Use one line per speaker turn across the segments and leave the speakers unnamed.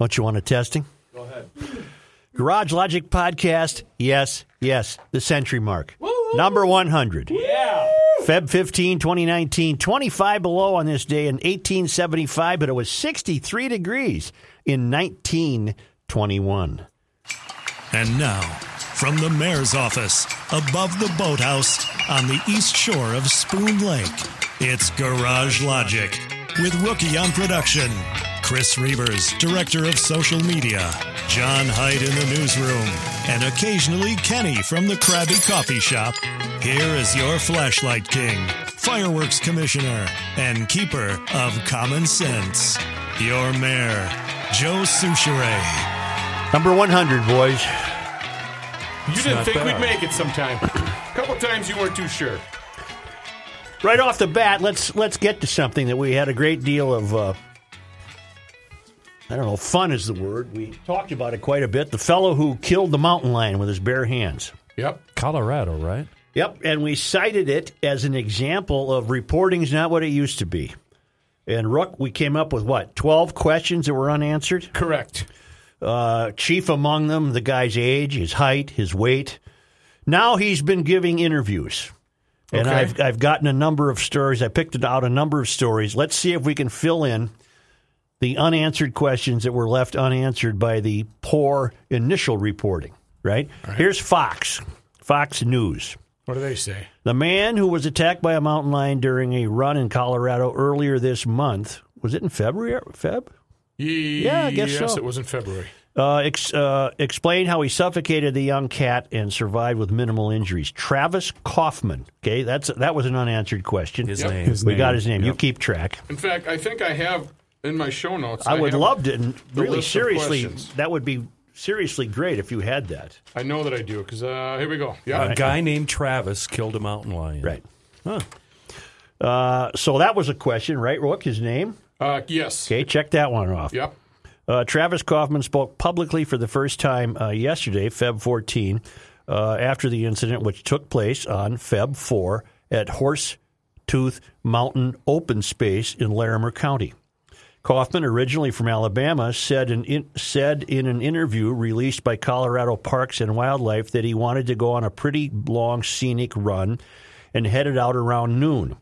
Don't you want a testing? Go ahead. Garage Logic Podcast. Yes, yes. The century mark. Number 100. Yeah. Feb 15, 2019. 25 below on this day in 1875, but it was 63 degrees in 1921.
And now, from the mayor's office, above the boathouse, on the east shore of Spoon Lake, it's Garage Logic with Rookie on production, Chris Reavers, director of social media, John Hyde in the newsroom, and occasionally Kenny from the Krabby Coffee Shop. Here is your flashlight king, fireworks commissioner, and keeper of common sense, your mayor, Joe Souchere.
Number 100, boys.
You didn't think we'd make it sometime. A couple times you weren't too sure.
Right off the bat, let's let's get to something that we had a great deal of uh, I don't know, fun is the word. We talked about it quite a bit. The fellow who killed the mountain lion with his bare hands.
Yep.
Colorado, right?
Yep, and we cited it as an example of reporting's not what it used to be. And Rook, we came up with what twelve questions that were unanswered.
Correct.
Uh, chief among them, the guy's age, his height, his weight. Now he's been giving interviews, and
Okay.
I've I've gotten a number of stories. I picked out a number of stories. Let's see if we can fill in the unanswered questions that were left unanswered by the poor initial reporting. Right? Here's Fox, Fox News.
What do they say?
The man who was attacked by a mountain lion during a run in Colorado earlier this month was it in February? Feb?
Yeah,
I guess
yes,
so.
it was in February.
Uh, ex- uh, explained how he suffocated the young cat and survived with minimal injuries. Travis Kaufman. Okay, that's that was an unanswered question.
His
Yep.
name.
His
we got his name. You keep track.
In fact, I think I have in my show notes.
I would
have-
love to. and
the
Really,
list of
seriously,
questions.
that would be seriously great if you had that.
I know that I do because uh, here we go. Yeah.
A guy named Travis killed a mountain lion.
Right. Huh. Uh, so that was a question, right, Rook? His name.
Uh, yes.
Okay, check that one off.
Yep.
Uh, Travis Kaufman spoke publicly for the first time uh, yesterday, Feb 14, uh, after the incident which took place on Feb 4 at Horse Tooth Mountain Open Space in Larimer County. Kaufman, originally from Alabama, said in, in, said in an interview released by Colorado Parks and Wildlife that he wanted to go on a pretty long scenic run and headed out around noon.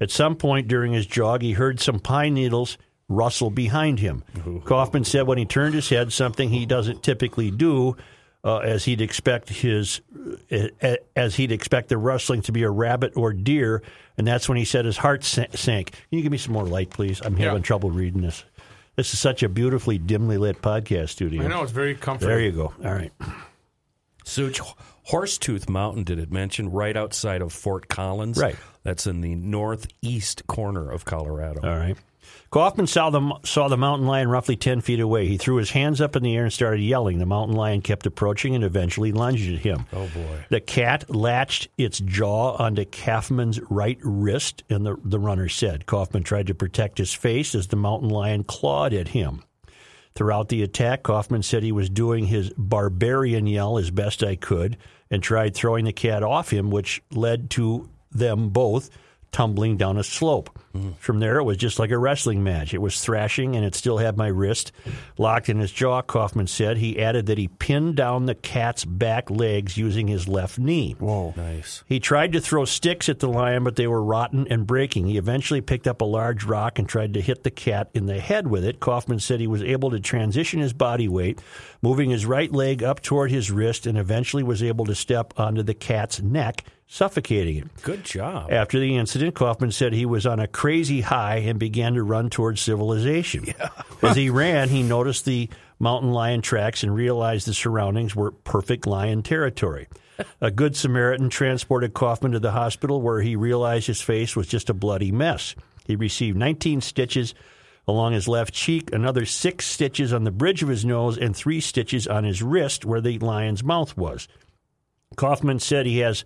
At some point during his jog, he heard some pine needles rustle behind him. Kaufman said when he turned his head, something he doesn't typically do, uh, as he'd expect his uh, as he'd expect the rustling to be a rabbit or deer, and that's when he said his heart sa- sank. Can you give me some more light, please? I'm having trouble reading this. This is such a beautifully dimly lit podcast studio.
I know it's very comforting.
There you go. All right.
Such Horsetooth Mountain, did it mention, right outside of Fort Collins?
Right.
That's in the northeast corner of Colorado.
All right. Kaufman saw the, saw the mountain lion roughly 10 feet away. He threw his hands up in the air and started yelling. The mountain lion kept approaching and eventually lunged at him.
Oh, boy.
The cat latched its jaw onto Kaufman's right wrist, and the, the runner said. Kaufman tried to protect his face as the mountain lion clawed at him. Throughout the attack, Kaufman said he was doing his barbarian yell as best I could and tried throwing the cat off him, which led to them both tumbling down a slope. From there, it was just like a wrestling match. It was thrashing, and it still had my wrist locked in his jaw, Kaufman said. He added that he pinned down the cat's back legs using his left knee. Whoa.
Nice.
He tried to throw sticks at the lion, but they were rotten and breaking. He eventually picked up a large rock and tried to hit the cat in the head with it. Kaufman said he was able to transition his body weight, moving his right leg up toward his wrist, and eventually was able to step onto the cat's neck, suffocating it.
Good job.
After the incident, Kaufman said he was on a crazy high and began to run towards civilization. As he ran, he noticed the mountain lion tracks and realized the surroundings were perfect lion territory. A good Samaritan transported Kaufman to the hospital where he realized his face was just a bloody mess. He received 19 stitches along his left cheek, another six stitches on the bridge of his nose, and three stitches on his wrist where the lion's mouth was. Kaufman said he has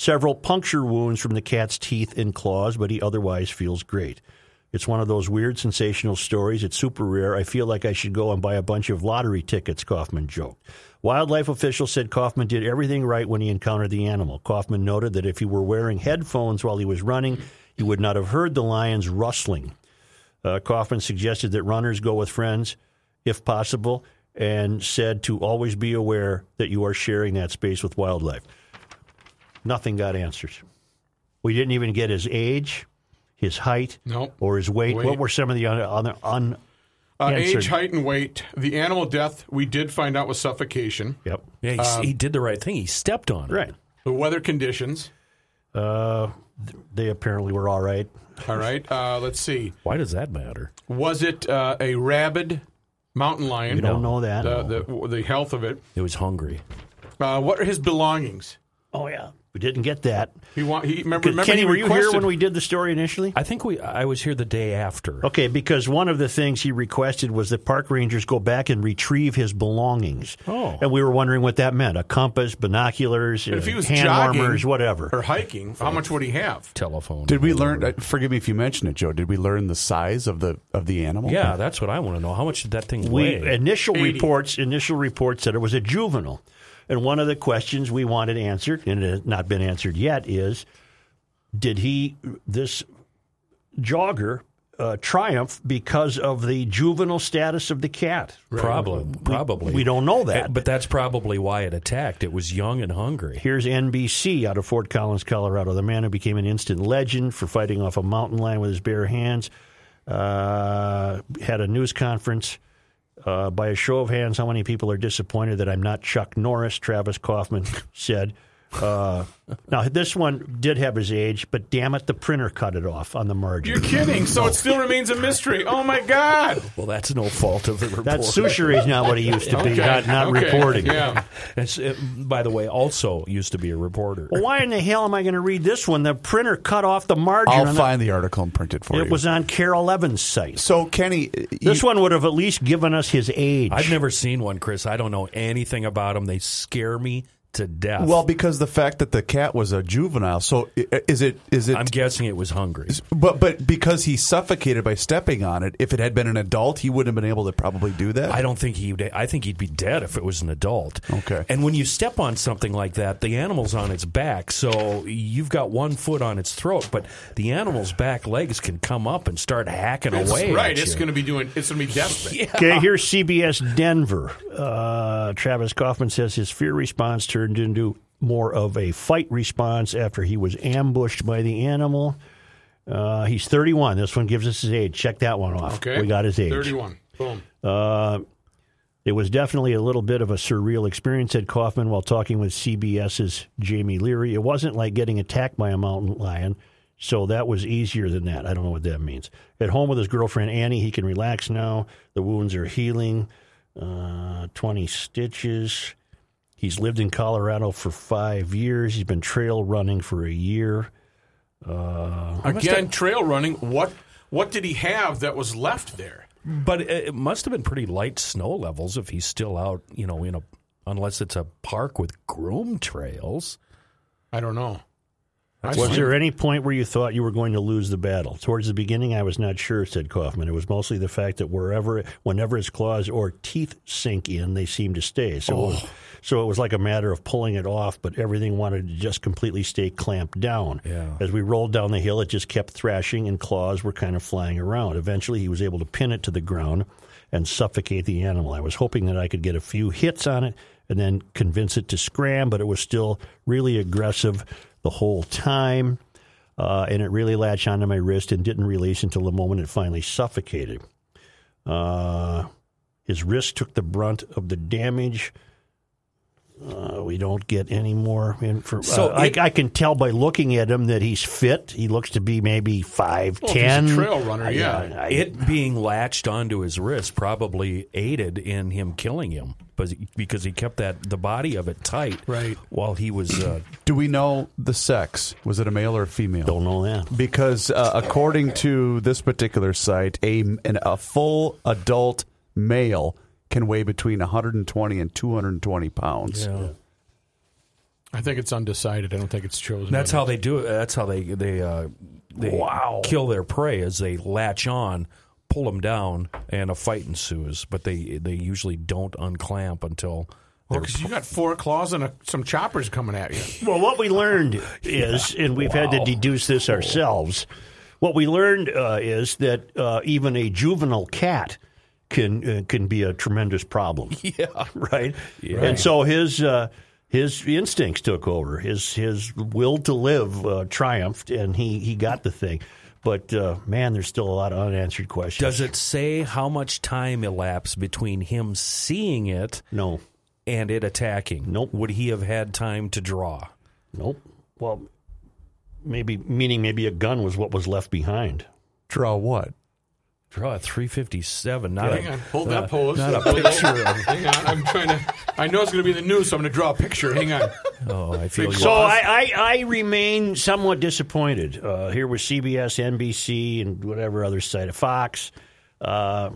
several puncture wounds from the cat's teeth and claws, but he otherwise feels great. It's one of those weird sensational stories. It's super rare. I feel like I should go and buy a bunch of lottery tickets, Kaufman joked. Wildlife officials said Kaufman did everything right when he encountered the animal. Kaufman noted that if he were wearing headphones while he was running, he would not have heard the lions rustling. Uh, Kaufman suggested that runners go with friends if possible and said to always be aware that you are sharing that space with wildlife. Nothing got answers. We didn't even get his age, his height,
Nope.
or his weight.
Weight.
What were some of the other other un?
Uh,
answered?
age, height, and weight. The animal death we did find out was suffocation.
Yep.
Yeah, he, he did the right thing. He stepped on it.
Um, Right.
The weather conditions.
Uh, th- they apparently were all right.
All right. Uh, let's see.
Why does that matter?
Was it uh, a rabid mountain lion?
We don't know that.
The, the, the health of it.
He was hungry.
Uh, what are his belongings?
oh yeah, we didn't get that.
He want. He remember. remember
Kenny,
he
were you here
requested-
when we did the story initially?
I think we. I was here the day after.
Okay, because one of the things he requested was that park rangers go back and retrieve his belongings.
Oh.
And we were wondering what that meant a compass, binoculars,
But if he
uh,
was
hand
jogging
warmers, whatever.
or hiking, how much would he have?
Telephone.
Did we learn? Uh, forgive me if you mentioned it, Joe. Did we learn the size of the of the animal?
Yeah, that's what I want to know. How much did that thing
we
weigh?
initial
80.
reports initial reports said it was a juvenile and one of the questions we wanted answered and it has not been answered yet is did he this jogger uh, triumph because of the juvenile status of the cat
Probably. Probably.
we don't know
Uh,
that
But that's probably why it attacked. It was young and hungry.
Here's NBC out of Fort Collins, Colorado. The man who became an instant legend for fighting off a mountain lion with his bare hands uh, had a news conference. Uh, by a show of hands, how many people are disappointed that I'm not Chuck Norris? Travis Kaufman said. Uh, now, this one did have his age, but damn it, the printer cut it off on the margin.
You're kidding. So it still remains a mystery. Oh my God.
Well, that's no fault of the report.
that sushi is not what he used to be, not, not
Okay.
reporting.
Yeah.
It's, uh, by the way, also used to be a reporter.
Well, why in the hell am I going to read this one? The printer cut off the margin.
I'll
on the-
find the article and print it for you.
it was on Carol Evans' site.
so Kenny. uh,
This
you-
one would have at least given us his age.
I've never seen one, Chris. I don't know anything about them. They scare me to death.
Well, because the fact that the cat was a juvenile. So i- is it is it?
I'm guessing it was hungry.
but but because he suffocated by stepping on it, if it had been an adult, he wouldn't have been able to probably do that.
I don't think he'd. I think he'd be dead if it was an adult.
Okay.
And when you step on something like that, the animal's on its back, so you've got one foot on its throat, but the animal's back legs can come up and start hacking
That's
away.
right.
at
It's
you.
going to be doing. It's going to be desperate.
Okay, here's CBS Denver. Uh, Travis Kaufman says his fear response turned into more of a fight response after he was ambushed by the animal. Uh, he's 31. This one gives us his age. Check that one off.
Okay.
We got his age.
Thirty-one. Boom.
Uh, it was definitely a little bit of a surreal experience, said Kaufman while talking with CBS's Jamie Leary. It wasn't like getting attacked by a mountain lion, so that was easier than that. I don't know what that means. At home with his girlfriend Annie, he can relax now. The wounds are healing. Uh, 20 stitches. He's lived in Colorado for five years. He's been trail running for a year. Uh,
Again, trail running. What what did he have that was left there?
But it it must have been pretty light snow levels if he's still out, you know, in a unless it's a park with groom trails.
I don't know.
Was there any point where you thought you were going to lose the battle? Towards the beginning, I was not sure, said Kaufman. It was mostly the fact that wherever, whenever his claws or teeth sink in, they seem to stay. So, it was, so it was like a matter of pulling it off, but everything wanted to just completely stay clamped down.
Yeah.
As we rolled down the hill, it just kept thrashing, and claws were kind of flying around. Eventually, he was able to pin it to the ground and suffocate the animal. I was hoping that I could get a few hits on it and then convince it to scram, but it was still really aggressive the whole time. Uh, and it really latched onto my wrist and didn't release until the moment it finally suffocated. Uh, his wrist took the brunt of the damage. Uh, we don't get any more information.
So
I,
it-
I can tell by looking at him that he's fit. He looks to be maybe five
Well, if he's a
ten.
trail runner, yeah.
it being latched onto his wrist probably aided in him killing him because he- because he kept that the body of it tight
Right.
while he was uh,
Do we know the sex? Was it a male or a female?
don't know that.
because uh, according to this particular site, a an, a full adult male can weigh between 120 and 220 pounds.
I think it's undecided. I don't think it's chosen.
That's how they do it. That's how they they uh, they kill their prey is they latch on, pull them down, and a fight ensues. But they they usually don't unclamp until. they're
Because you got four claws and a, some choppers coming at you.
Well, what we learned is, and we've had to
Wow.
deduce this ourselves, what we learned uh, is that uh, even a juvenile cat can uh, can be a tremendous problem. Yeah, right. And so his uh, his instincts took over. His his will to live uh, triumphed, and he he got the thing. But uh, man, there's still a lot of unanswered questions.
Does it say how much time elapsed between him seeing it
No.
and it attacking?
Nope.
Would he have had time to draw?
Nope. Well, maybe meaning maybe a gun was what was left behind.
Draw what?
Draw a 357. Not
Hang
a,
on, hold
Uh,
that pose.
Not a picture of.
Hang on, I'm trying to. I know it's going to be in the news, so I'm going to draw a picture. Hang on.
Oh, I feel you.
So I, I, I remain somewhat disappointed uh, here with CBS, NBC, and whatever other side of Fox. Uh,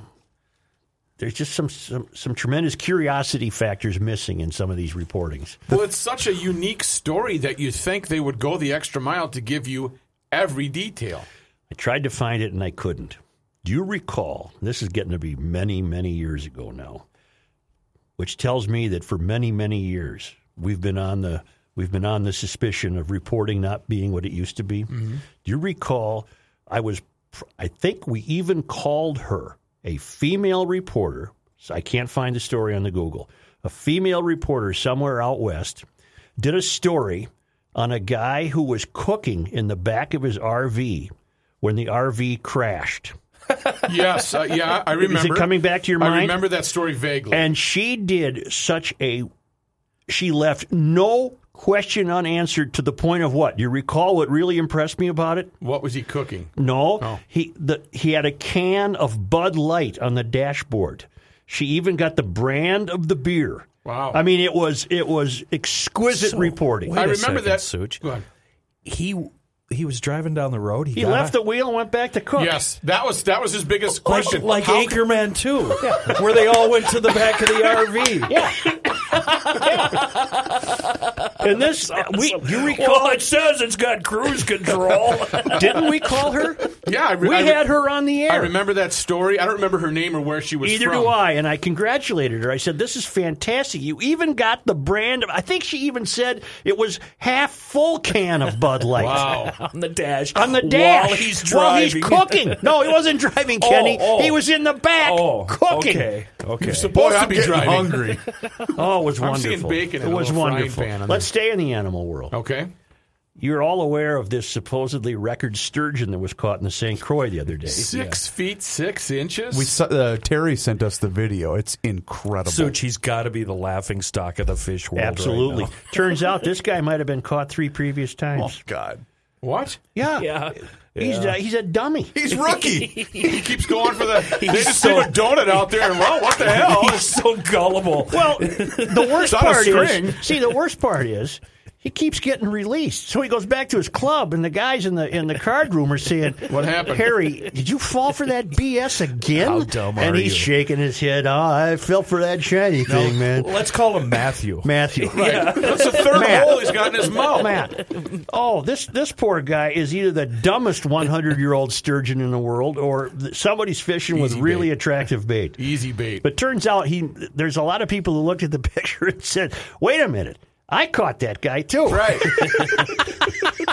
there's just some, some some tremendous curiosity factors missing in some of these reportings.
Well, it's such a unique story that you think they would go the extra mile to give you every detail.
I tried to find it and I couldn't. Do you recall? This is getting to be many, many years ago now, which tells me that for many, many years we've been on the we've been on the suspicion of reporting not being what it used to be. Do you recall? I was, pr- I think we even called her a female reporter. So I can't find the story on the Google. A female reporter somewhere out west did a story on a guy who was cooking in the back of his RV when the RV crashed.
Yes, uh, yeah, I remember.
coming back to your mind?
I remember that story vaguely.
And she did such a, she left no question unanswered to the point of what? Do you recall what really impressed me about it?
what was he cooking?
No, he the, he had a can of Bud Light on the dashboard. She even got the brand of the beer.
Wow.
I mean, it was it was exquisite
So,
reporting.
wait
I
a
remember
second,
that.
Such.
Go ahead.
he he was driving down the road.
He
got
left
a-
the wheel and went back to cook.
Yes, that was that was his biggest
like,
question.
like
How-
Anchorman too, where they all went to the back of the RV.
And this we you recall
it says it's got cruise control.
didn't we call her?
Yeah, I re-
we
I re-
had her on the air.
I remember that story. I don't remember her name or where she was
Either
from.
do I, and I congratulated her. I said, "This is fantastic. You even got the brand." Of, I think she even said it was half full can of Bud Light.
Wow.
on the dash.
on the dash
While he's
While he's
driving.
cooking. No, he wasn't driving,
Oh,
Kenny.
oh.
He was in the back
Oh,
cooking.
Okay. Okay.
Supposed to be driving.
hungry.
Oh, it was
I'm
wonderful.
seeing bacon
it
in a
was
little frying
wonderful.
pan on
Let's stay in the animal world.
Okay.
You're all aware of this supposedly record sturgeon that was caught in the St. Croix the other day.
Six feet six inches.
we saw, uh, Terry sent us the video. It's incredible.
Such, he's got to be the laughing stock of the fish world. right
Absolutely.
now.
Turns out this guy might have been caught three previous
oh
times.
God,
what?
yeah.
Yeah.
He's a, he's a dummy.
he's rookie.
He keeps going for the. they just
so-
leave a donut out there, and well, what the hell?
He's so gullible.
Oh, Well, the worst
It's on a
part
string.
is see the worst part is He keeps getting released, so he goes back to his club, and the guys in the in the card room are saying,
What happened?
Harry? Did you fall for that BS again?"
How dumb
and
are
he's
you?
shaking his head. Oh, I fell for that shiny thing, man.
Let's call him Matthew.
Matthew,
That's the third
Matt.
hole he's got in his mouth.
Matt. Oh, this this poor guy is either the dumbest 100 year old sturgeon in the world, or th- somebody's fishing with
Easy
really
bait.
attractive bait.
Easy bait.
But turns out he there's a lot of people who looked at the picture and said, "Wait a minute, I caught that guy too."
Right.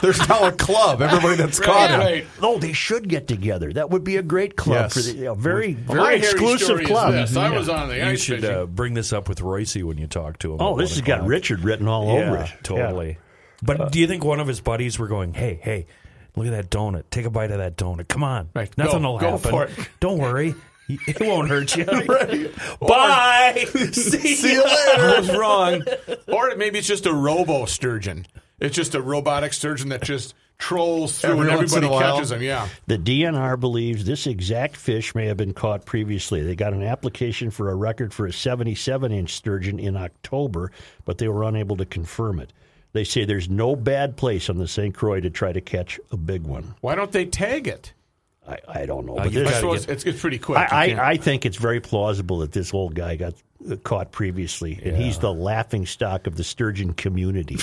There's now a club. Everybody that's caught him.
Right.
Oh, they should get together. That would be a great club
Yes.
for the you know, very
My
very
hairy
exclusive
story is
club.
this. I was on the
You
ice
should
fishing.
uh, bring this up with Royce when you talk to him.
Oh,
at
this
one
has got
o'clock.
Richard written all over
Yeah,
it.
Totally.
Yeah. Uh,
But do you think one of his buddies were going, hey, hey, look at that donut. Take a bite of that donut. Come on.
Right.
Nothing
Go-
will
go
happen.
for it."
Don't worry. It won't hurt you. Bye. See,
you later.
I was wrong.
Or maybe it's just a robo sturgeon. It's just a robotic sturgeon that just trolls through
Every
and
once in
everybody
a while.
catches him. Yeah.
The DNR believes this exact fish may have been caught previously. They got an application for a record for a 77 inch sturgeon in October, but they were unable to confirm it. They say there's no bad place on the St. Croix to try to catch a big one.
Why don't they tag it?
I, I don't know.
you
But
I
this,
suppose it's, it's pretty quick. You
I,
can't-
I, I think it's very plausible that this old guy got uh, caught previously, and he's the laughing stock of the sturgeon community.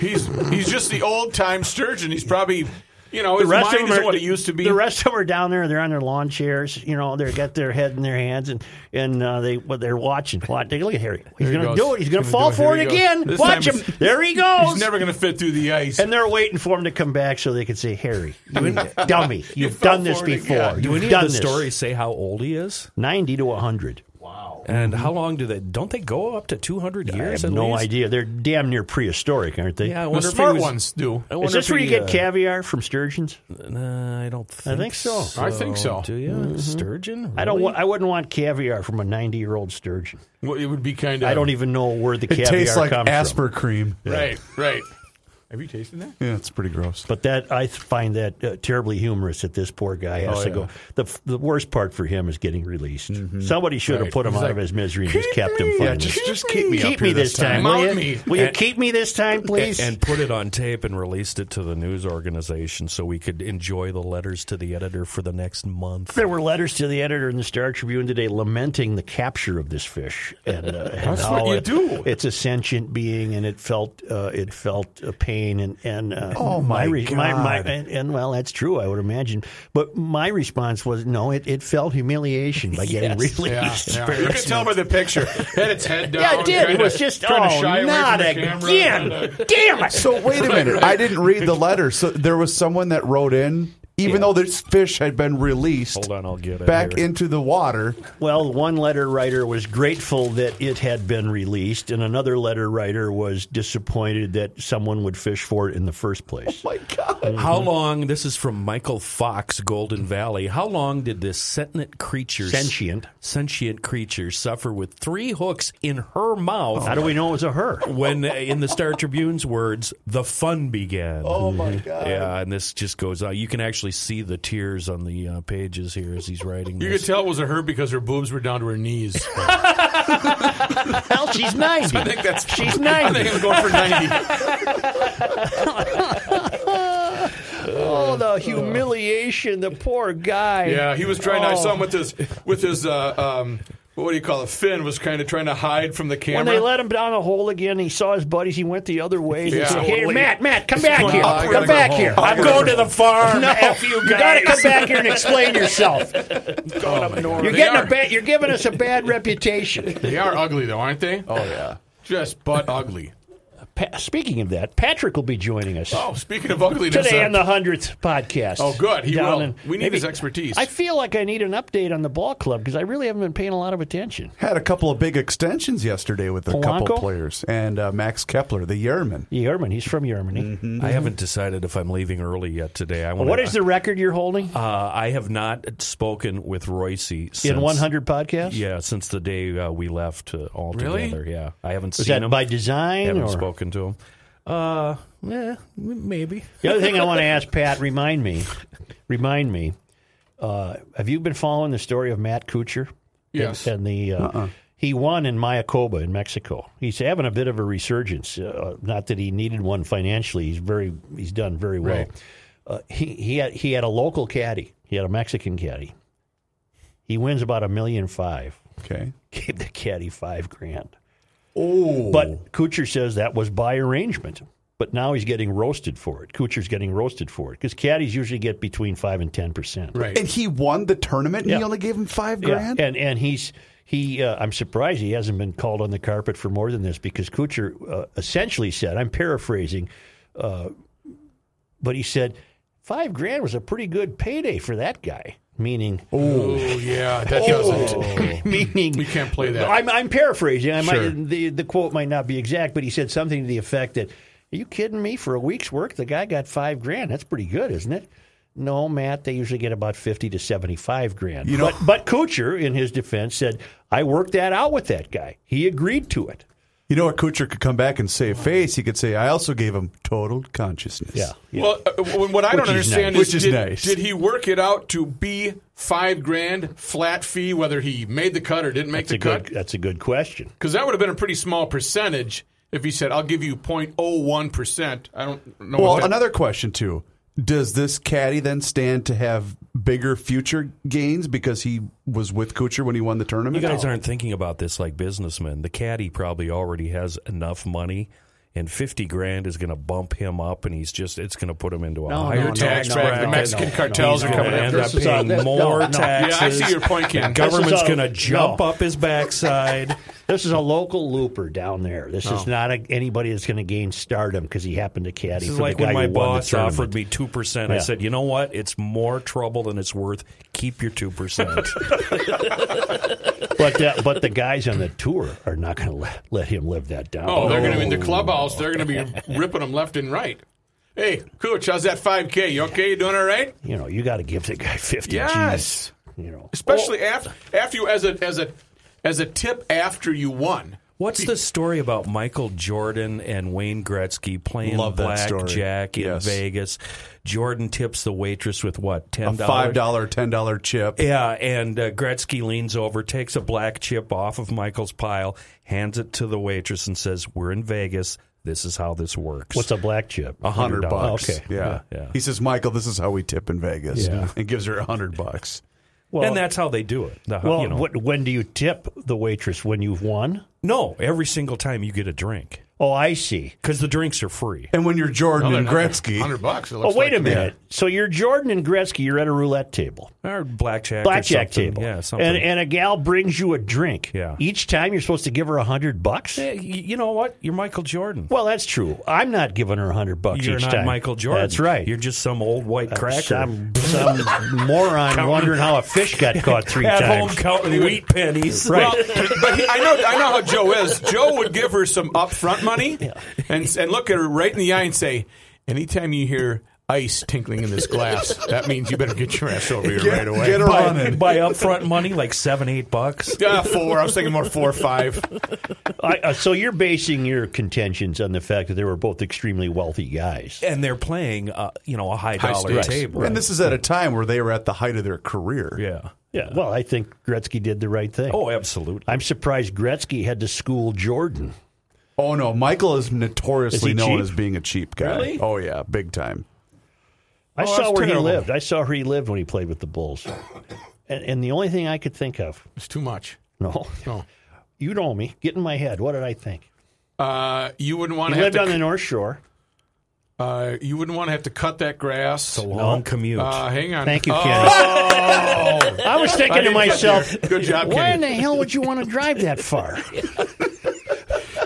he's he's just the old time sturgeon. He's probably you know
the
his
rest
mind
of them
isn't
are,
what it used to be.
The rest of them are down there. They're on their lawn chairs. You know, they got their head in their hands and and uh, they well, they're watching. Watch, take a look at Harry. He's
Here he
going to
goes.
do it. He's going to
Here we
fall
go.
for it
Here he goes.
again.
This
Watch
time
him.
it's-
There he goes.
He's never going to fit through the ice.
and they're waiting for him to come back so they can say, "Harry, you dummy, you've
fell
done this
for it again.
before.
Do
You've
any
done
of the
this."
stories say how old he is?
Ninety to hundred.
And how long do they? Don't they go up to two hundred
Oh. I
years?
have
at
no
least?
idea. They're damn near prehistoric, aren't they?
Yeah, I
the
wonder if he
smart
was-
ones do.
I
Is Oh.
wonder
this
if
where
he,
you get
uh,
caviar from sturgeons?
Nah, I don't. Think
think so. Mm-hmm.
I think so.
Do you sturgeon?
I don't.
Really?
Want, I wouldn't want caviar from a ninety-year-old sturgeon.
Well, It would be kind of
I don't even know where the
It
caviar
tastes like
comes from.
Asper cream.
right right. Have you tasted that?
Yeah, it's pretty gross.
But that I find that uh, terribly humorous that this poor guy has
Oh,
to
yeah. Mm-hmm.
go. The, f- the worst part for him is getting released. Somebody should have
Right.
put him
He's
out of
like,
his misery and just kept him.
"Keep me."
finally.
Yeah, just- just keep me up
keep
here
me
this
this time.
time.
will
Mount
you?
me.
Will you
And-
keep me this time, please?
and put it on tape and released it to the news organization so we could enjoy the letters to the editor for the next month.
there were letters to the editor in the Star Tribune today lamenting the capture of this fish and, uh, and
That's
how
what you
it-
do.
It's a sentient being, and it felt uh, it felt a pain and and uh,
Oh, my
re- my, my-
God.
and, and, well that's true I would imagine, but my response was no, it, it felt humiliation by getting
Yeah,
released.
yeah. You can tell by the picture. Had its head down.
Yeah, it did. It
kinda-
was just oh,
trying to shy away from
not
the camera. uh,
again! Damn it!
So wait a minute. I didn't read the letter. So there was someone that wrote in, even though this fish had been released
Hold on, I'll get it
back
here.
into the water.
Well, one letter writer was grateful that it had been released, and another letter writer was disappointed that someone would fish for it in the first place.
My God.
How long? This is from Michael Fox, Golden Valley. How long did this sentient creature,
Sentient.
sentient creature, suffer with three hooks in her mouth?
How do we know it was a her?
when, uh, in the Star Tribune's words, the fun began.
Oh my God.
Yeah, and this just goes on. You can actually see the tears on the uh, pages here as he's writing.
You
this.
could tell it was a her because her boobs were down to her knees.
Hell, she's ninety.
I think that's
She's
I
ninety.
think I'm going for ninety.
Oh, the humiliation! The poor guy.
Yeah, he was trying. to I
Oh.
saw him with his with his uh, um, what do you call it? Fin was kind of trying to hide from the camera.
When they let him down a hole again, he saw his buddies. He went the other way. He
Yeah.
said, "Hey,
Totally.
Matt, Matt, come back here.
I
Come
gotta
back
go
here.
home. I'm
going to the farm.
No,
F you
you got to
guys.
come back here and explain yourself.
going up north.
You're
Oh, They
getting
are.
a bad. You're giving us a bad reputation."
They are ugly though, aren't they? Oh yeah, just butt ugly.
Pa- speaking of that, Patrick will be joining us
Oh, speaking of ugliness,
today
uh,
on the hundredth podcast.
Oh, good. He
Down
will.
in-
We need his expertise.
I feel like I need an update on the ball club because I really haven't been paying a lot of attention.
Had a couple of big extensions yesterday with a couple
Polanco?
players and uh, Max Kepler, the yearman.
Yerman, he's from Germany.
I haven't decided if I'm leaving early yet today. I want.
What is the record you're holding
Uh, I have not spoken with Royce since,
in 100 podcasts?
Yeah, since the day uh, we left uh, all
Really?
together. Yeah, I haven't
Is
seen
that
him.
by
I
design?
haven't
or-
spoken to him. Uh, yeah, maybe.
The other thing I want to ask Pat, remind me, remind me, uh, have you been following the story of Matt Kuchar?
Yes.
And, and the uh, He won in Mayacoba in Mexico. He's having a bit of a resurgence. Uh, not that he needed one financially. He's very he's done very well.
Right.
Uh, he he had, he had a local caddy. He had a Mexican caddy. He wins about a million five.
Okay.
Gave the caddy five grand. Oh, but Kuchar says that was by arrangement. But now he's getting roasted for it. Kuchar's getting roasted for it because caddies usually get between five and ten percent. Right.
And he won the tournament and
Yeah.
he only gave him five
Yeah,
grand?
And and he's he. Uh, I'm surprised he hasn't been called on the carpet for more than this because Kuchar uh, essentially said, I'm paraphrasing, uh, but he said five grand was a pretty good payday for that guy. Meaning,
Oh yeah, that doesn't.
meaning
We can't play that.
I'm, I'm paraphrasing. I
Sure.
might, the the quote might not be exact, but he said something to the effect that, "Are you kidding me? For a week's work, the guy got five grand. That's pretty good, isn't it?" No, Matt. They usually get about fifty to seventy-five grand. but but Kuchar, in his defense, said, "I worked that out with that guy. He agreed to it."
You know what Kuchar could come back and save face? He could say, I also gave him total consciousness.
Yeah.
Well, uh, w- what
Which
I don't
is
understand
nice. Which
is,
is
did,
nice.
did he work it out to be five grand flat fee, whether he made the cut or didn't make
That's a
the cut?
good. That's a good question.
Because that would have been a pretty small percentage if he said, "I'll give you 0.01 percent." I don't know.
Well,
what that-
Oh, another question, too. Does this caddy then stand to have bigger future gains because he was with Kuchar when he won the
You
tournament?
guys aren't thinking about this like businessmen. The caddy probably already has enough money, and fifty grand is going to bump him up, and he's just—it's going to put him into a higher
no,
tax
no, no,
bracket.
no, The Mexican no, no. cartels
He's
are coming
gonna
after
us.
End up
This is
paying
all-
more
no, no.
taxes.
Yeah, I see your point, Ken.
The government's
all-
going to jump
no.
up his backside.
This is a local looper down there. This
Oh.
is not a, anybody that's going to gain stardom because he happened to caddy
This
for
is
the
like
guy
when my
who won the
boss
tournament.
offered me two percent. I
Yeah.
said, "You know what? It's more trouble than it's worth. Keep your two percent."
But uh, but the guys on the tour are not going to let, let him live that down.
oh, they're going to be in the clubhouse. They're going to be ripping them left and right. Hey, Cooch, how's that 5K? You okay? You doing all right?
Oh, You know, you got to give the guy fifty.
Yes.
G's, you know,
Especially after after you as a as a as a tip after you won.
What's the story about Michael Jordan and Wayne Gretzky playing
Love that story.
blackjack in
Yes.
Vegas? Jordan tips the waitress with what
a
ten
$5, $10 chip.
Yeah, and uh, Gretzky leans over, takes a black chip off of Michael's pile, hands it to the waitress, and says, "We're in Vegas. This is how this works."
Oh, what's a black chip?
A hundred
$100.
bucks.
Okay.
Yeah.
Yeah.
He says, Michael, this is how we tip in Vegas.
Yeah.
And gives her a 100 bucks.
Well,
and that's how they do it. The-
well.
you know.
what, when do you tip the waitress when you've won?
no, every single time you get a drink
Oh, I see.
because the drinks are free.
And when you're Jordan
Another
and Gretzky,
100 bucks. it
Oh,
looks
wait
like.
a minute. So you're Jordan and Gretzky. You're at a roulette table,
Or blackjack, or
blackjack
something.
table.
Yeah, something.
And and a gal brings you a drink.
Yeah.
Each time you're supposed to give her a hundred bucks.
Eh, y- you know what? You're Michael Jordan.
Well, that's true. I'm not giving her a hundred bucks
You're
each
not
time.
Michael Jordan.
That's right.
You're just some old white cracker.
Some, some moron wondering how a fish got caught three
at home
times.
counting wheat pennies.
Right.
Well, but he, I know I know how Joe is. Joe would give her some upfront money and and look at her right in the eye and say, "Anytime you hear ice tinkling in this glass, that means you better get your ass over here right away."
get her on
By,
it.
by upfront money, like seven, eight bucks.
Yeah, four. I was thinking more four or five.
I, uh, so you're basing your contentions on the fact that they were both extremely wealthy guys.
and they're playing, uh, you know, a high, dollar
stakes.
table.
And this is at a time where they were at the height of their career.
yeah.
Yeah. Well, I think Gretzky did the right thing.
Oh, absolutely.
I'm surprised Gretzky had to school Jordan.
Oh no, Michael is notoriously
Is he
known
cheap?
as being a cheap guy.
Really?
Oh yeah, big time.
I
Oh,
saw
that's
where
terrible.
he lived. I saw where he lived when he played with the Bulls. And, and the only thing I could think of,
It's too much.
no,
No.
you know me, get in my head. What did I think?
Uh, you wouldn't want
He
to have
lived on
to.
the North Shore.
uh, you wouldn't want to have to cut that grass.
It's a long commute.
Uh, hang on.
Thank you,
Oh,
Ken. I was thinking to
didn't get
myself,
there. Good job,
Why
Kenny.
in the hell would you want to drive that far?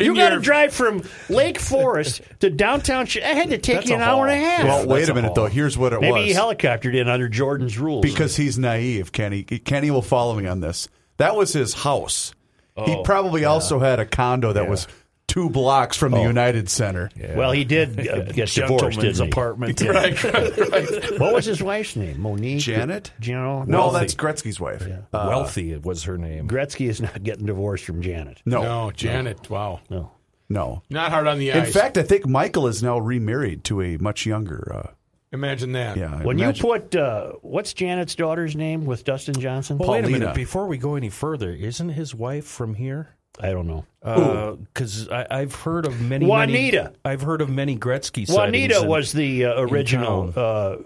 you
In
got to
your-
drive from Lake Forest to downtown. Chi- I had to take
That's
you
a
an hour and a
haul.
half.
well, wait
that's
a
a
minute
haul.
though. Here's what it
Maybe
was.
he helicoptered in under Jordan's rules.
because he's naive, Kenny. Kenny will follow me on this. That was his house. he
Oh,
probably also had a condo that was two blocks from
Oh.
the United Center.
well, he did uh, get divorced.
Gentleman's
Didn't he?
apartment.
Right, right.
What was his wife's name? Monique
Janet?
You know,
No,
Wealthy.
that's Gretzky's wife. Uh,
Wealthy was her name.
Gretzky is not getting divorced from Janet.
no,
No, Janet. Wow.
No.
no.
Not hard on the
In
eyes.
fact, I think Michael is now remarried to a much younger uh,
Imagine that.
Yeah.
When you
imagine-
put uh, what's Janet's daughter's name with Dustin Johnson?
Well, wait a
Paulina.
minute. Before we go any further, isn't his wife from here?
I don't know.
Because I've heard of many
Juanita.
Many, I've heard of many Gretzky. sightings
Juanita
in-
was the uh, original
town.
uh,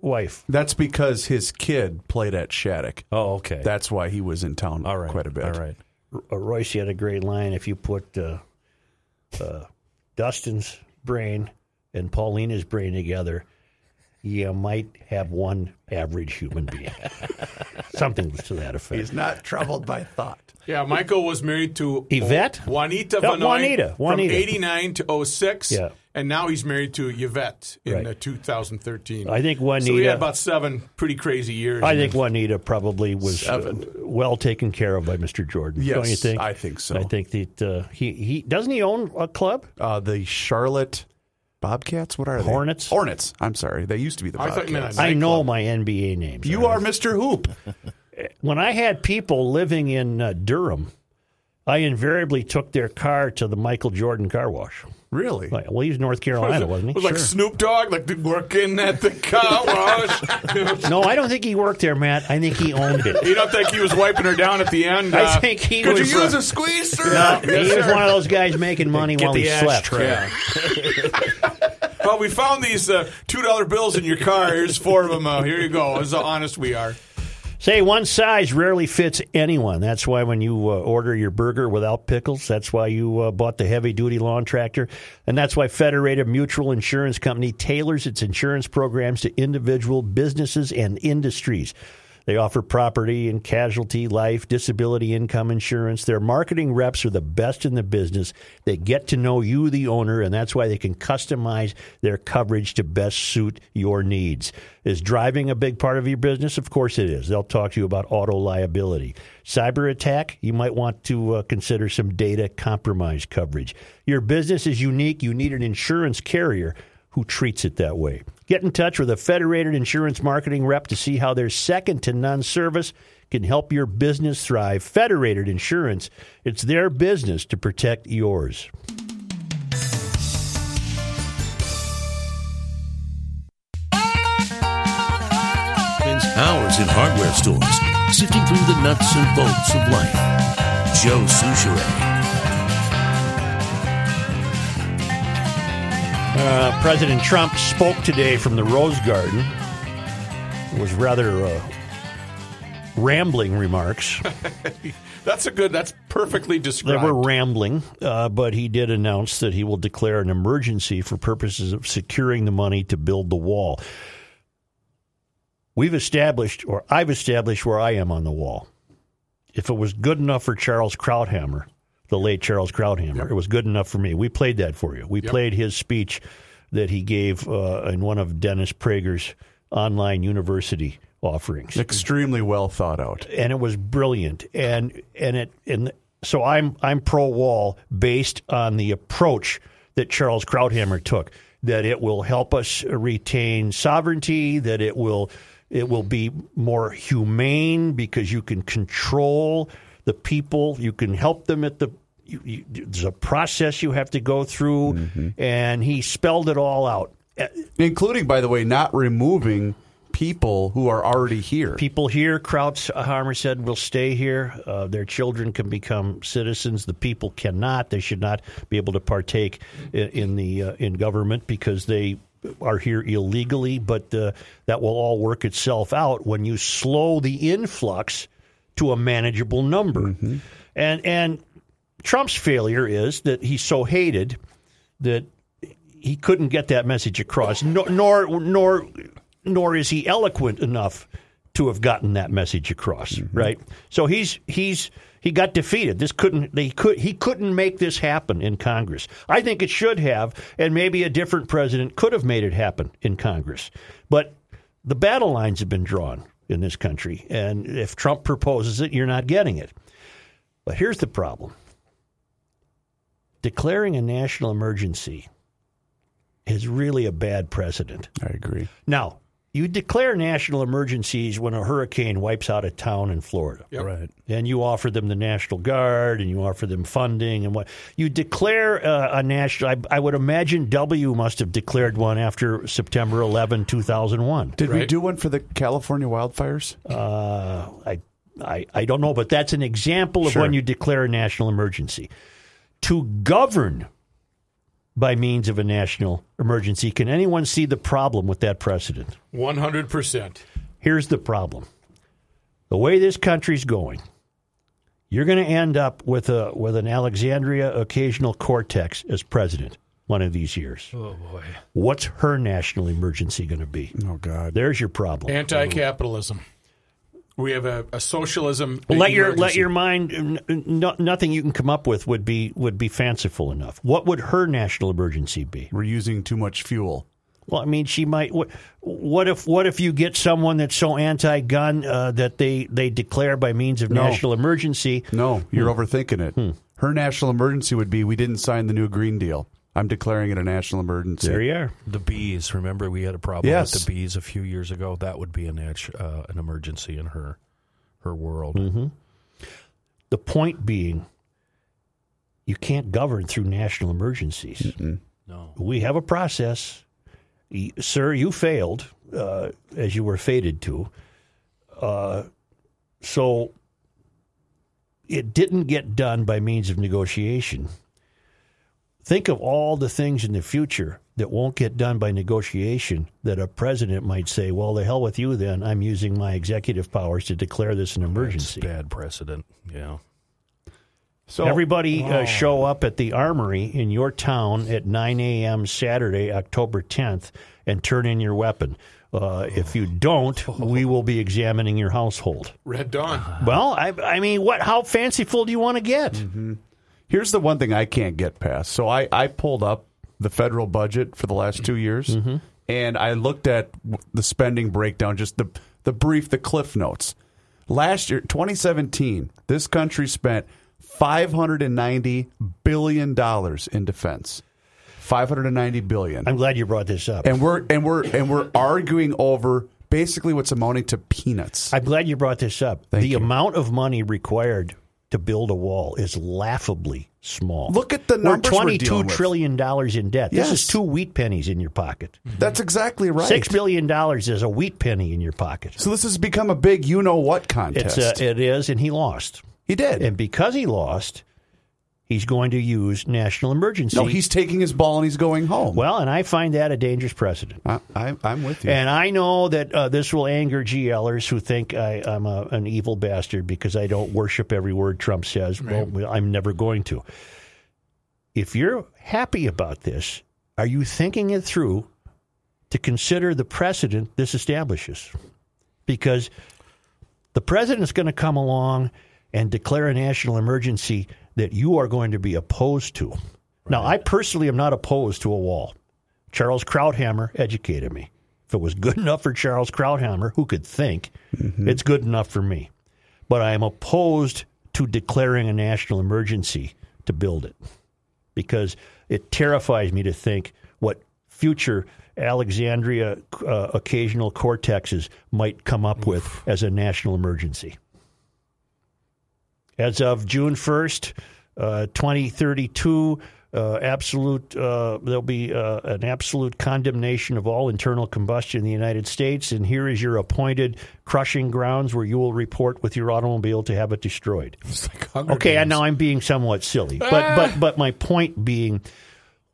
wife.
That's because his kid played at Shattuck.
Oh, okay.
That's why he was in town
all right.
quite a bit.
All right.
Uh, Royce had a great line. If you put uh, uh, Dustin's brain and Paulina's brain together, you might have one average human being. Something to that effect.
He's not troubled by thought.
Yeah, Michael was married to
Yvette?
Juanita
Yeah,
Vanoy
Juanita, Juanita.
from 89 to 06.
Yeah.
And now he's married to Yvette in
Right.
uh, 2013.
I think Juanita.
So we had about seven pretty crazy years.
I
And
think Juanita probably was uh, well taken care of by Mr. Jordan.
Yes,
don't you think?
I think so.
I think that uh, he he doesn't he own a club?
Uh, the Charlotte Bobcats. What are they?
Hornets?
Hornets. I'm sorry. They used to be the
I
Bobcats.
thought you meant a
I know
nightclub.
my NBA names.
you are Mr. Hoop.
when I had people living in uh, Durham, I invariably took their car to the Michael Jordan car wash.
Really?
Like, Well, he was North Carolina, wasn't he?
It was like Snoop Dogg, like working at the car wash.
no, I don't think he worked there, Matt. I think he owned it.
you don't think he was wiping her down at the end?
I
uh,
think he
Could
was,
you
uh,
use a squeeze, sir?
he was one of those guys making money
Get
while
the
he slept.
ashtray.
well, we found these uh, two dollar bills in your car. Here's four of them. Uh, here you go. As honest we are.
Say one size rarely fits anyone. That's why when you uh, order your burger without pickles, that's why you uh, bought the heavy duty lawn tractor, and that's why Federated Mutual Insurance Company tailors its insurance programs to individual businesses and industries. They offer property and casualty, life, disability, income insurance. Their marketing reps are the best in the business. They get to know you, the owner, and that's why they can customize their coverage to best suit your needs. Is driving a big part of your business? Of course it is. They'll talk to you about auto liability. Cyber attack? You might want to uh, consider some data compromise coverage. Your business is unique. You need an insurance carrier who treats it that way. Get in touch with a Federated Insurance Marketing rep to see how their second to none service can help your business thrive. Federated Insurance, it's their business to protect yours.
spends hours in hardware stores sifting through the nuts and bolts of life. Joe Souchere.
Uh, President Trump spoke today from the Rose Garden. It was rather uh, rambling remarks.
That's a good. That's perfectly
They
described.
were rambling, uh, but he did announce that he will declare an emergency for purposes of securing the money to build the wall. We've established, or I've established, where I am on the wall. If it was good enough for Charles Krauthammer, the late Charles Krauthammer, it was good enough for me. We played that for you. We played his speech that he gave uh, in one of Dennis Prager's online university offerings
Extremely well thought out.
and it was brilliant and and it and so I'm I'm pro wall based on the approach that Charles Krauthammer took that it will help us retain sovereignty that it will it will be more humane because you can control the people you can help them at the you, you, there's a process you have to go through and he spelled it all out Uh,
Including, by the way, not removing people who are already here.
people here, Krauts Harmer said, will stay here. Uh, their children can become citizens. The people cannot. They should not be able to partake in, in the uh, in government because they are here illegally. But uh, that will all work itself out when you slow the influx to a manageable number. And and Trump's failure is that he's so hated that he couldn't get that message across. Nor nor nor, nor is he eloquent enough to have gotten that message across. Right. So he's he's he got defeated. This couldn't they could he couldn't make this happen in Congress. I think it should have, and maybe a different president could have made it happen in Congress. But the battle lines have been drawn in this country, and if Trump proposes it, you're not getting it. But here's the problem. Declaring a national emergency is really a bad precedent.
I agree.
Now, You declare national emergencies when a hurricane wipes out a town in Florida.
Right.
And you offer them the National Guard and you offer them funding and what. You declare uh, a national. I, I would imagine W must have declared one after September 11, 2001.
Did we
Right.
do one for the California wildfires?
Uh, I, I, I don't know, but that's an example of
Sure.
when you declare a national emergency. To govern by means of a national emergency, can anyone see the problem with that precedent?
One hundred percent.
Here's the problem the way this country's going, you're going to end up with, a, with an Alexandria occasional cortex as president one of these years. Oh, boy. What's her national emergency going to be?
oh God!
There's your problem.
Anti-capitalism. We have a, a socialism.
let your let
emergency.
your mind n- n- nothing you can come up with would be would be fanciful enough. What would her national emergency be?
We're using too much fuel.
Well, I mean, she might. What, what if what if you get someone that's so anti-gun uh, that they they declare by means of
No.
national emergency?
No, you're
Hmm.
overthinking it. Her national emergency would be we didn't sign the new Green Deal. I'm declaring it a national emergency.
There you are.
The bees. Remember, we had a problem
Yes.
with the bees a few years ago. That would be an natu- uh, an emergency in her her world.
Mm-hmm.
The point being, you can't govern through national emergencies.
No.
we have a process. Y- Sir, you failed uh, as you were fated to. Uh, so it didn't get done by means of negotiation. Think of all the things in the future that won't get done by negotiation that a president might say, well, the hell with you then. I'm using my executive powers to declare this an
It's
emergency.
bad precedent. Yeah.
So
Everybody
Oh,
uh, show up at the Armory in your town at 9 a.m. Saturday, October 10th, and turn in your weapon. Uh, if you don't,
Oh.
we will be examining your household.
Red Dawn.
Well, I, I mean, what? How fanciful do you want to get?
Mm-hmm. Here's the one thing I can't get past. So I, I pulled up the federal budget for the last two years,
Mm-hmm.
and I looked at w- the spending breakdown, just the the brief, the cliff notes. Last year, 2017, this country spent 590 billion dollars in defense. 590 billion,
I'm glad you brought this up.
and we're and we're and we're arguing over basically what's amounting to peanuts.
I'm glad you brought this up.
Thank
the
you.
amount of money required to build a wall is laughably small.
Look at the numbers
We're
we're
twenty-two
dealing with.
trillion dollars in debt. This
Yes.
is two wheat pennies in your pocket.
That's exactly right.
Six billion dollars is a wheat penny in your pocket.
So this has become a big you know what
It's
contest.
uh, it is, and he lost.
he did.
And because he lost, he's going to use national emergency.
No, he's taking his ball and he's going home.
well, and I find that a dangerous precedent.
I, I, I'm with you.
And I know that uh, this will anger GLers who think I, I'm a, an evil bastard because I don't worship every word Trump says. Well, I'm never going to. If you're happy about this, are you thinking it through to consider the precedent this establishes? Because the president's going to come along and declare a national emergency that you are going to be opposed to. Now, I personally am not opposed to a wall. Charles Krauthammer educated me. If it was good enough for Charles Krauthammer, who could think, it's good enough for me. But I am opposed to declaring a national emergency to build it because it terrifies me to think what future Alexandria uh, occasional cortexes might come up with as a national emergency. As of June 1st, uh, 2032, uh, absolute uh, there'll be uh, an absolute condemnation of all internal combustion in the United States, and here is your appointed crushing grounds where you will report with your automobile to have it destroyed.
It's like Hunger
Okay, I
Games. Ah!
know I'm being somewhat silly, but but but my point being,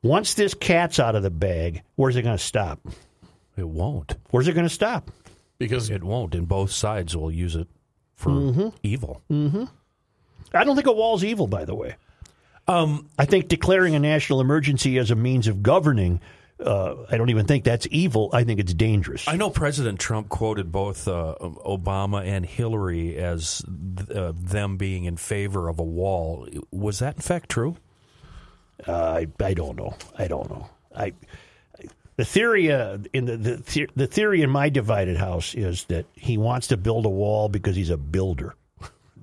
once this cat's out of the bag, where's it going to stop?
It won't.
Where's it going to stop?
because
It won't. And both sides will use it for
Mm-hmm.
evil.
I don't think a wall's evil, by the way. Um, I think declaring a national emergency as a means of governing, uh, I don't even think that's evil. I think it's dangerous.
I know President Trump quoted both uh, Obama and Hillary as th- uh, them being in favor of a wall. Was that in fact true?
I, I don't know. I don't know. I the theory uh, in the the, the the theory in my divided house is that he wants to build a wall because he's a builder.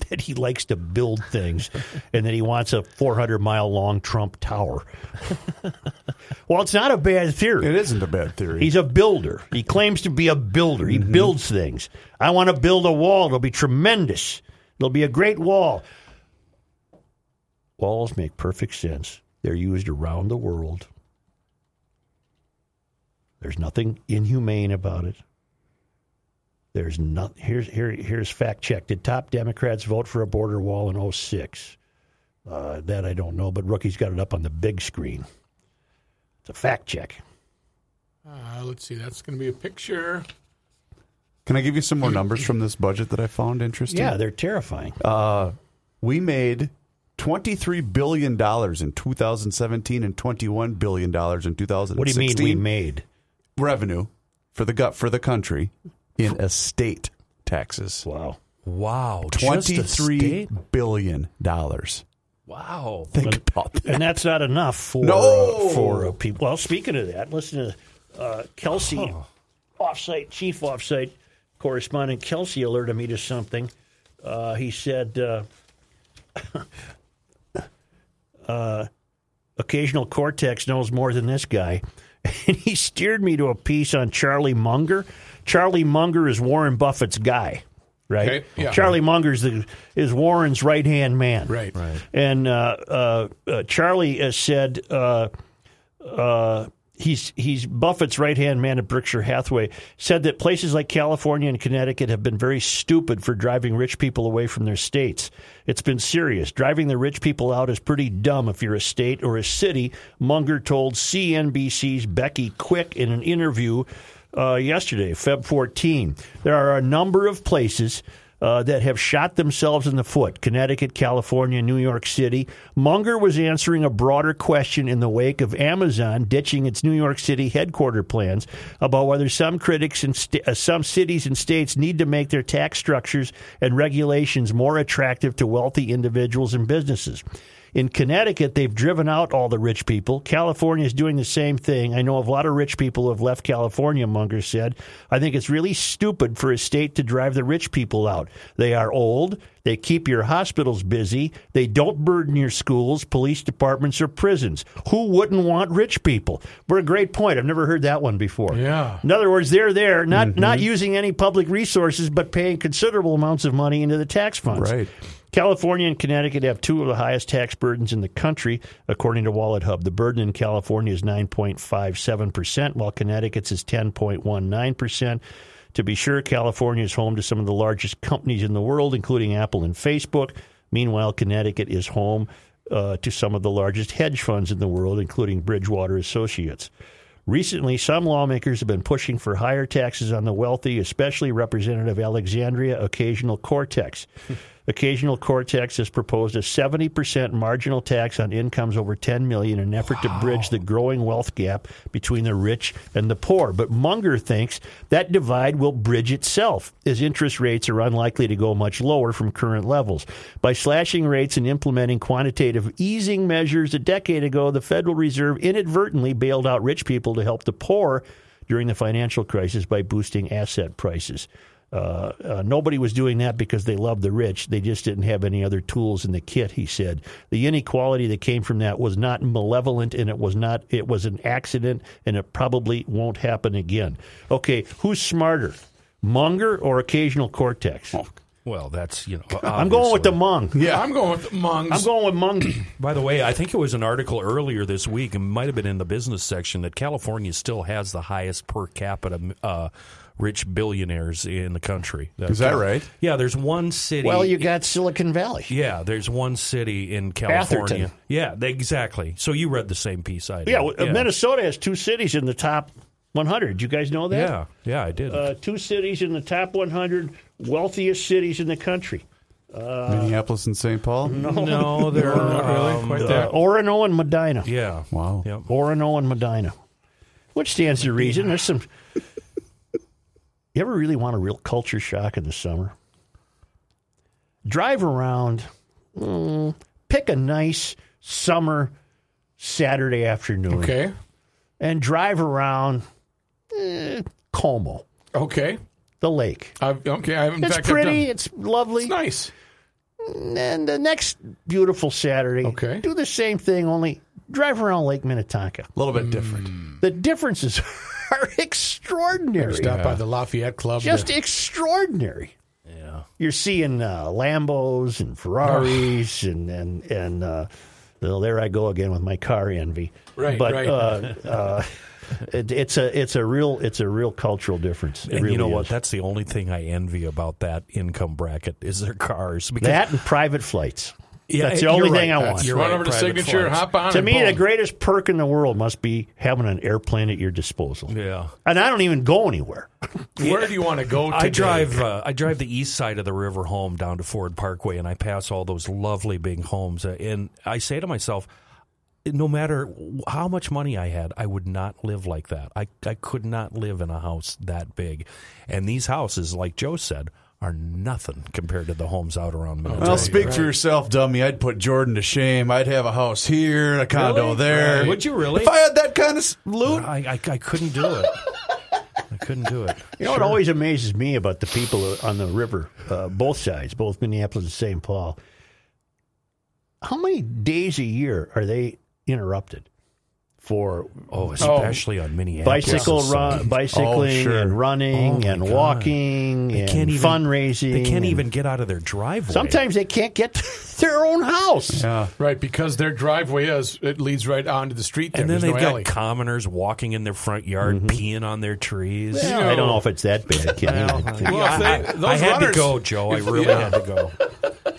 that he likes to build things and that he wants a 400 mile long Trump Tower. well, it's not a bad theory.
It isn't a bad theory.
He's a builder. He claims to be a builder. He builds things. I want to build a wall. It'll be tremendous. It'll be a great wall. Walls make perfect sense. They're used around the world. There's nothing inhumane about it. There's not here's here here's fact checked. Did top Democrats vote for a border wall in 06? Uh, that I don't know, but Rookie's got it up on the big screen. It's a fact check.
Uh, let's see. That's going to be a picture.
Can I give you some more numbers from this budget that I found interesting? Uh,
Yeah, they're terrifying.
We made $23 billion in 2017 and $21 billion in 2016.
What do you mean we made?
Revenue for the, gut, for the country in estate taxes.
Wow.
Wow. just a
$23
state?
billion. dollars.
Wow.
Think about that.
And that's not enough for
No!
uh, for uh, people. Well, speaking of that, listen to uh, Kelsey, offsite chief offsite correspondent Kelsey alerted me to something. Uh, he said, uh, uh, "Occasional cortex knows more than this guy." And he steered me to a piece on Charlie Munger. Charlie Munger is Warren Buffett's guy, right?
Okay, yeah.
Charlie Munger is, the, is Warren's right hand man,
Right. Right.
and uh, uh, uh, Charlie uh, said uh, uh, he's he's Buffett's right hand man at Berkshire Hathaway said that places like California and Connecticut have been very stupid for driving rich people away from their states. It's been serious. Driving the rich people out is pretty dumb if you're a state or a city. Munger told CNBC's Becky Quick in an interview. Uh, yesterday, Feb 14. There are a number of places uh, that have shot themselves in the foot Connecticut, California, New York City. Munger was answering a broader question in the wake of Amazon ditching its New York City headquarter plans about whether some critics and st- uh, some cities and states need to make their tax structures and regulations more attractive to wealthy individuals and businesses. In Connecticut, they've driven out all the rich people. California is doing the same thing. I know of a lot of rich people who have left California, Munger said. I think it's really stupid for a state to drive the rich people out. They are old. They keep your hospitals busy. They don't burden your schools, police departments, or prisons. Who wouldn't want rich people? What a great point. I've never heard that one before.
Yeah.
In other words, they're there, not, not using any public resources, but paying considerable amounts of money into the tax funds.
Right.
California and Connecticut have two of the highest tax burdens in the country, according to Wallet Hub. The burden in California is 9.57%, while Connecticut's is 10.19%. To be sure, California is home to some of the largest companies in the world, including Apple and Facebook. Meanwhile, Connecticut is home uh, to some of the largest hedge funds in the world, including Bridgewater Associates. Recently, some lawmakers have been pushing for higher taxes on the wealthy, especially Representative Alexandria Occasional Cortex. Occasional Cortex has proposed a 70% marginal tax on incomes over 10 million in an effort to bridge the growing wealth gap between the rich and the poor. But Munger thinks that divide will bridge itself as interest rates are unlikely to go much lower from current levels. By slashing rates and implementing quantitative easing measures a decade ago, the Federal Reserve inadvertently bailed out rich people to help the poor during the financial crisis by boosting asset prices. Uh, uh, nobody was doing that because they loved the rich. They just didn't have any other tools in the kit. He said the inequality that came from that was not malevolent, and it was not. It was an accident, and it probably won't happen again. Okay, who's smarter, Munger or occasional cortex?
Well, that's, you know.
I'm going with the
obviously.
Mung.
Yeah. I'm going with the Mongs.
I'm going with Mung.
By the way, I think it was an article earlier this week, and might have been in the business section, that California still has the highest per capita uh, rich billionaires in the country.
Is that right?
Yeah, there's one city.
well, you got Silicon Valley.
Yeah, there's one city in California.
Atherton.
Yeah, they, exactly. So you read the same piece I did.
Yeah, well, Minnesota has two cities in the top 100. You guys know that?
Yeah, yeah, I did.
uh, two cities in the top 100 wealthiest cities in the country uh,
Minneapolis and St. Paul?
no, they're
Not really.
um,
Quite
uh,
there.
Orono and Medina.
Yeah.
Wow.
Yep.
Orono and Medina, which stands to reason. There's some. You ever really want a real culture shock in the summer? Drive around, mm, pick a nice summer Saturday afternoon,
Okay.
and drive around eh, Como,
Okay.
the lake.
I've, okay. I've, in
It's
fact, I've done-
pretty. It's lovely.
It's nice.
And the next beautiful Saturday,
Okay.
do the same thing, only drive around Lake Minnetonka.
A little bit different.
The differences are extraordinary.
Stop by the Lafayette Club.
Just
to-
extraordinary. Yeah. You're seeing uh, Lambos and Ferraris and and and uh, well, there I go again with my car envy.
Right,
but,
right.
Uh, uh, it, it's a it's a real it's a real cultural difference. It
And
really
you know what?
is.
That's the only thing I envy about that income bracket is their cars. Because
That and private flights.
Yeah,
That's the
you're
only
right.
thing I
That's-
want.
you're
run
right,
over to
private
signature,
flights.
hop on.
To
and
me,
boom.
the greatest perk in the world must be having an airplane at your disposal.
Yeah.
And I don't even go anywhere.
Where do you want to go? Today?
I drive. Uh, I drive the east side of the river home down to Ford Parkway, and I pass all those lovely big homes. Uh, And I say to myself, no matter w- how much money I had, I would not live like that. I I could not live in a house that big. And these houses, like Joe said, are nothing compared to the homes out around Minnesota.
Well, speak for yourself, dummy. I'd put Jordan to shame. I'd have a house here, a condo
Really?
there.
Right. Would you really?
If I had that kind of s- loot,
I, I I couldn't do it. I couldn't do it.
You know what always amazes me about the people on the river, uh, both sides, both Minneapolis and St. Paul? How many days a year are they interrupted for
Oh, especially on Minneapolis.
bicycle run, bicycling
Oh, sure.
and
Oh,
running
my
and
God.
walking
They
and
can't even-
fundraising?
They can't
and-
even get out of their driveway.
Sometimes they can't get to their own house.
right because their driveway is it leads right onto the street. There.
And then
There's no
they've got
alley.
commoners walking in their front yard,
Mm-hmm.
peeing on their trees.
Well,
You
I don't
know-
know if it's that bad, Kenny. I think-
Well, if they-
I,
those
I had
runners-
to go, Joe. I
if-
really
yeah.
had to go.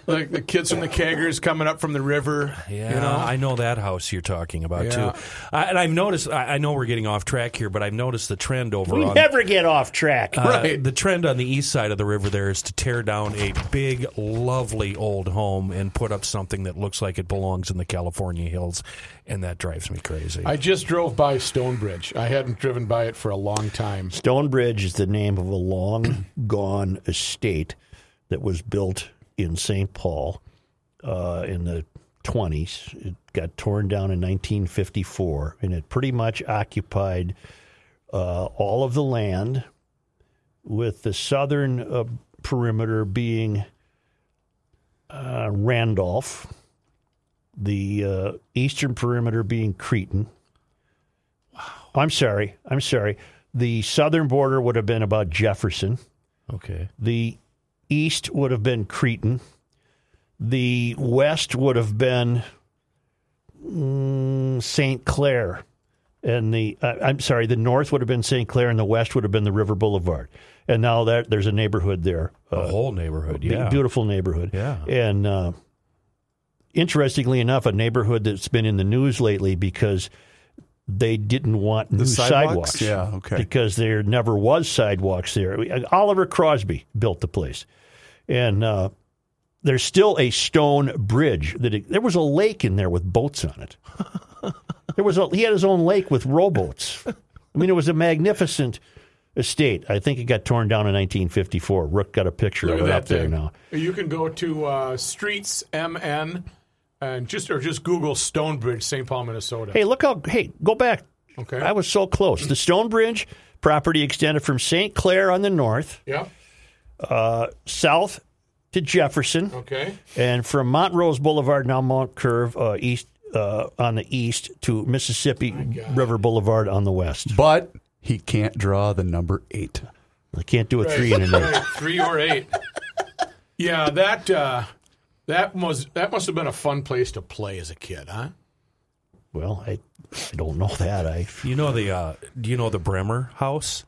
like the kids from the keggers coming up from the river.
Yeah,
you know,
I know that house you're talking about
Yeah.
too. I, and I've noticed. I, I know we're getting off track here, but I've noticed the trend over
we
on
never get off track.
Uh,
Right.
The trend on the east side of the river there is to tear down a big, lovely old home and put up something that looks like it belongs in the California hills, and that drives me crazy.
I just drove by Stonebridge. I hadn't driven by it for a long time.
Stonebridge is the name of a long gone estate that was built in St. Paul uh, in the 20s. It got torn down in 1954, and it pretty much occupied uh, all of the land, with the southern uh, perimeter being uh, Randolph, the uh, eastern perimeter being Cretan. I'm sorry. I'm sorry. The southern border would have been about Jefferson.
okay.
The east would have been Cretan. The west would have been mm, St. Clair. And the, uh, I'm sorry, the north would have been St. Clair and the west would have been the River Boulevard. And now that, there's a neighborhood there.
The
uh,
whole neighborhood,
be-
yeah.
Beautiful neighborhood.
Yeah.
And uh, interestingly enough, a neighborhood that's been in the news lately because they didn't want new
sidewalks?
sidewalks.
Yeah, okay.
Because there never was sidewalks there. Oliver Crosby built the place. And uh, there's still a stone bridge that it, there was a lake in there with boats on it. There was a, he had his own lake with rowboats. I mean, it was a magnificent estate. I think it got torn down in 1954. Rook got a picture of
Look at
it
that
up there
thing.
now.
You can go to uh, Streets MN and just or just Google Stonebridge, St. Paul, Minnesota.
Hey, look how. Hey, go back.
Okay.
I was so close. The Stonebridge property extended from St. Clair on the north,
yeah.
south to Jefferson,
Okay.
and from Montrose Boulevard, now Mount Curve, uh, east uh, on the east to Mississippi River Boulevard on the west.
but he can't draw the number eight.
I can't do a three in a night.
Right, three or eight. Yeah, that uh, that was that must have been a fun place to play as a kid, huh?
Well, I, I don't know that. I
You know the uh, do you know the Bremer house?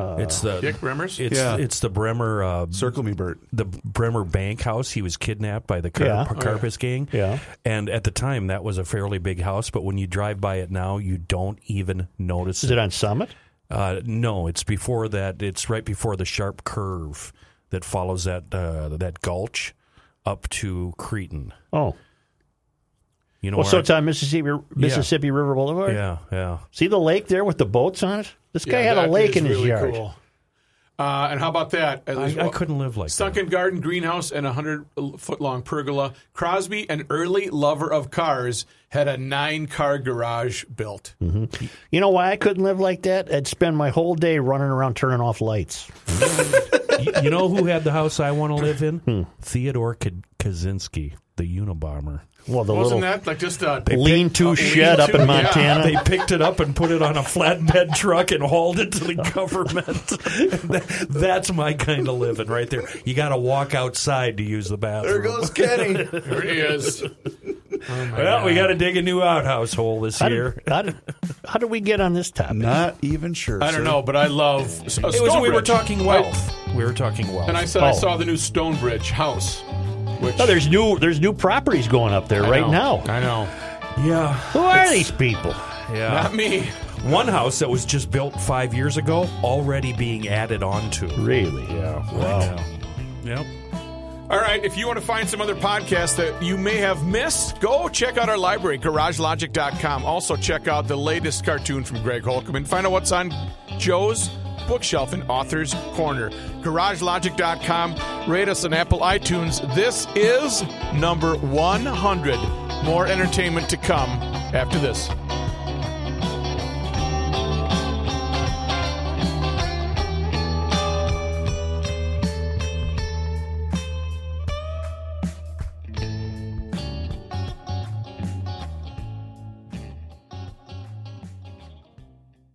it's the
Dick Rimmers.
it's
Yeah.
it's the Bremer uh,
Circle me, Bert.
the Bremer Bank house. He was kidnapped by the Car-
Yeah.
Carpus gang.
Yeah.
and at the time that was a fairly big house, but when you drive by it now, you don't even notice
is
it.
it on Summit?
Uh, no, it's before that. It's right before the sharp curve that follows that uh, that gulch up to Cretan.
Oh,
You know,
well,
where
so
I-
it's on Mississippi Mississippi River Boulevard.
yeah, yeah.
See the lake there with the boats on it. This guy
Yeah,
had a
that
lake
is
in his
really
yard.
cool. Uh, and how about that? uh,
I, I couldn't live like that.
Sunken garden, greenhouse, and a hundred foot long pergola. Crosby, an early lover of cars, had a nine car garage built.
You know why I couldn't live like that? I'd spend my whole day running around turning off lights.
you, you know who had the house I want to live in?
Hmm.
Theodore K- Kaczynski, the Unabomber.
Well, the
Wasn't
little
that like just a
lean-to
a
shed up
lean-to,
in Montana.
They picked it up and put it on a flatbed truck and hauled it to the government. That's my kind of living right there. You got to walk outside to use the bathroom.
There goes Kenny.
Yeah, there it is.
Well, we got to dig a new outhouse hole this
How
year.
did, how, did, how did we get on this topic?
Not even sure.
I don't
sir.
know, but I love. s- uh,
It was, we were
Stonebridge.
talking
I-
wealth. We were talking wealth.
and I said
Oh.
I saw the new Stonebridge house. Which
No, there's new there's new properties going up there
I
right
know,
now.
I know.
yeah,
Who are these people?
yeah.
Not me.
One house that was just built five years ago already being added onto.
Really? Yeah. Wow.
Yeah. Yep.
All right, if you want to find some other podcasts that you may have missed, go check out our library, garagelogic.com. Also, check out the latest cartoon from Greg Holcomb and find out what's on Joe's bookshelf in Author's Corner. Garagelogic.com. Rate us on Apple iTunes. This is number 100. More entertainment to come after this.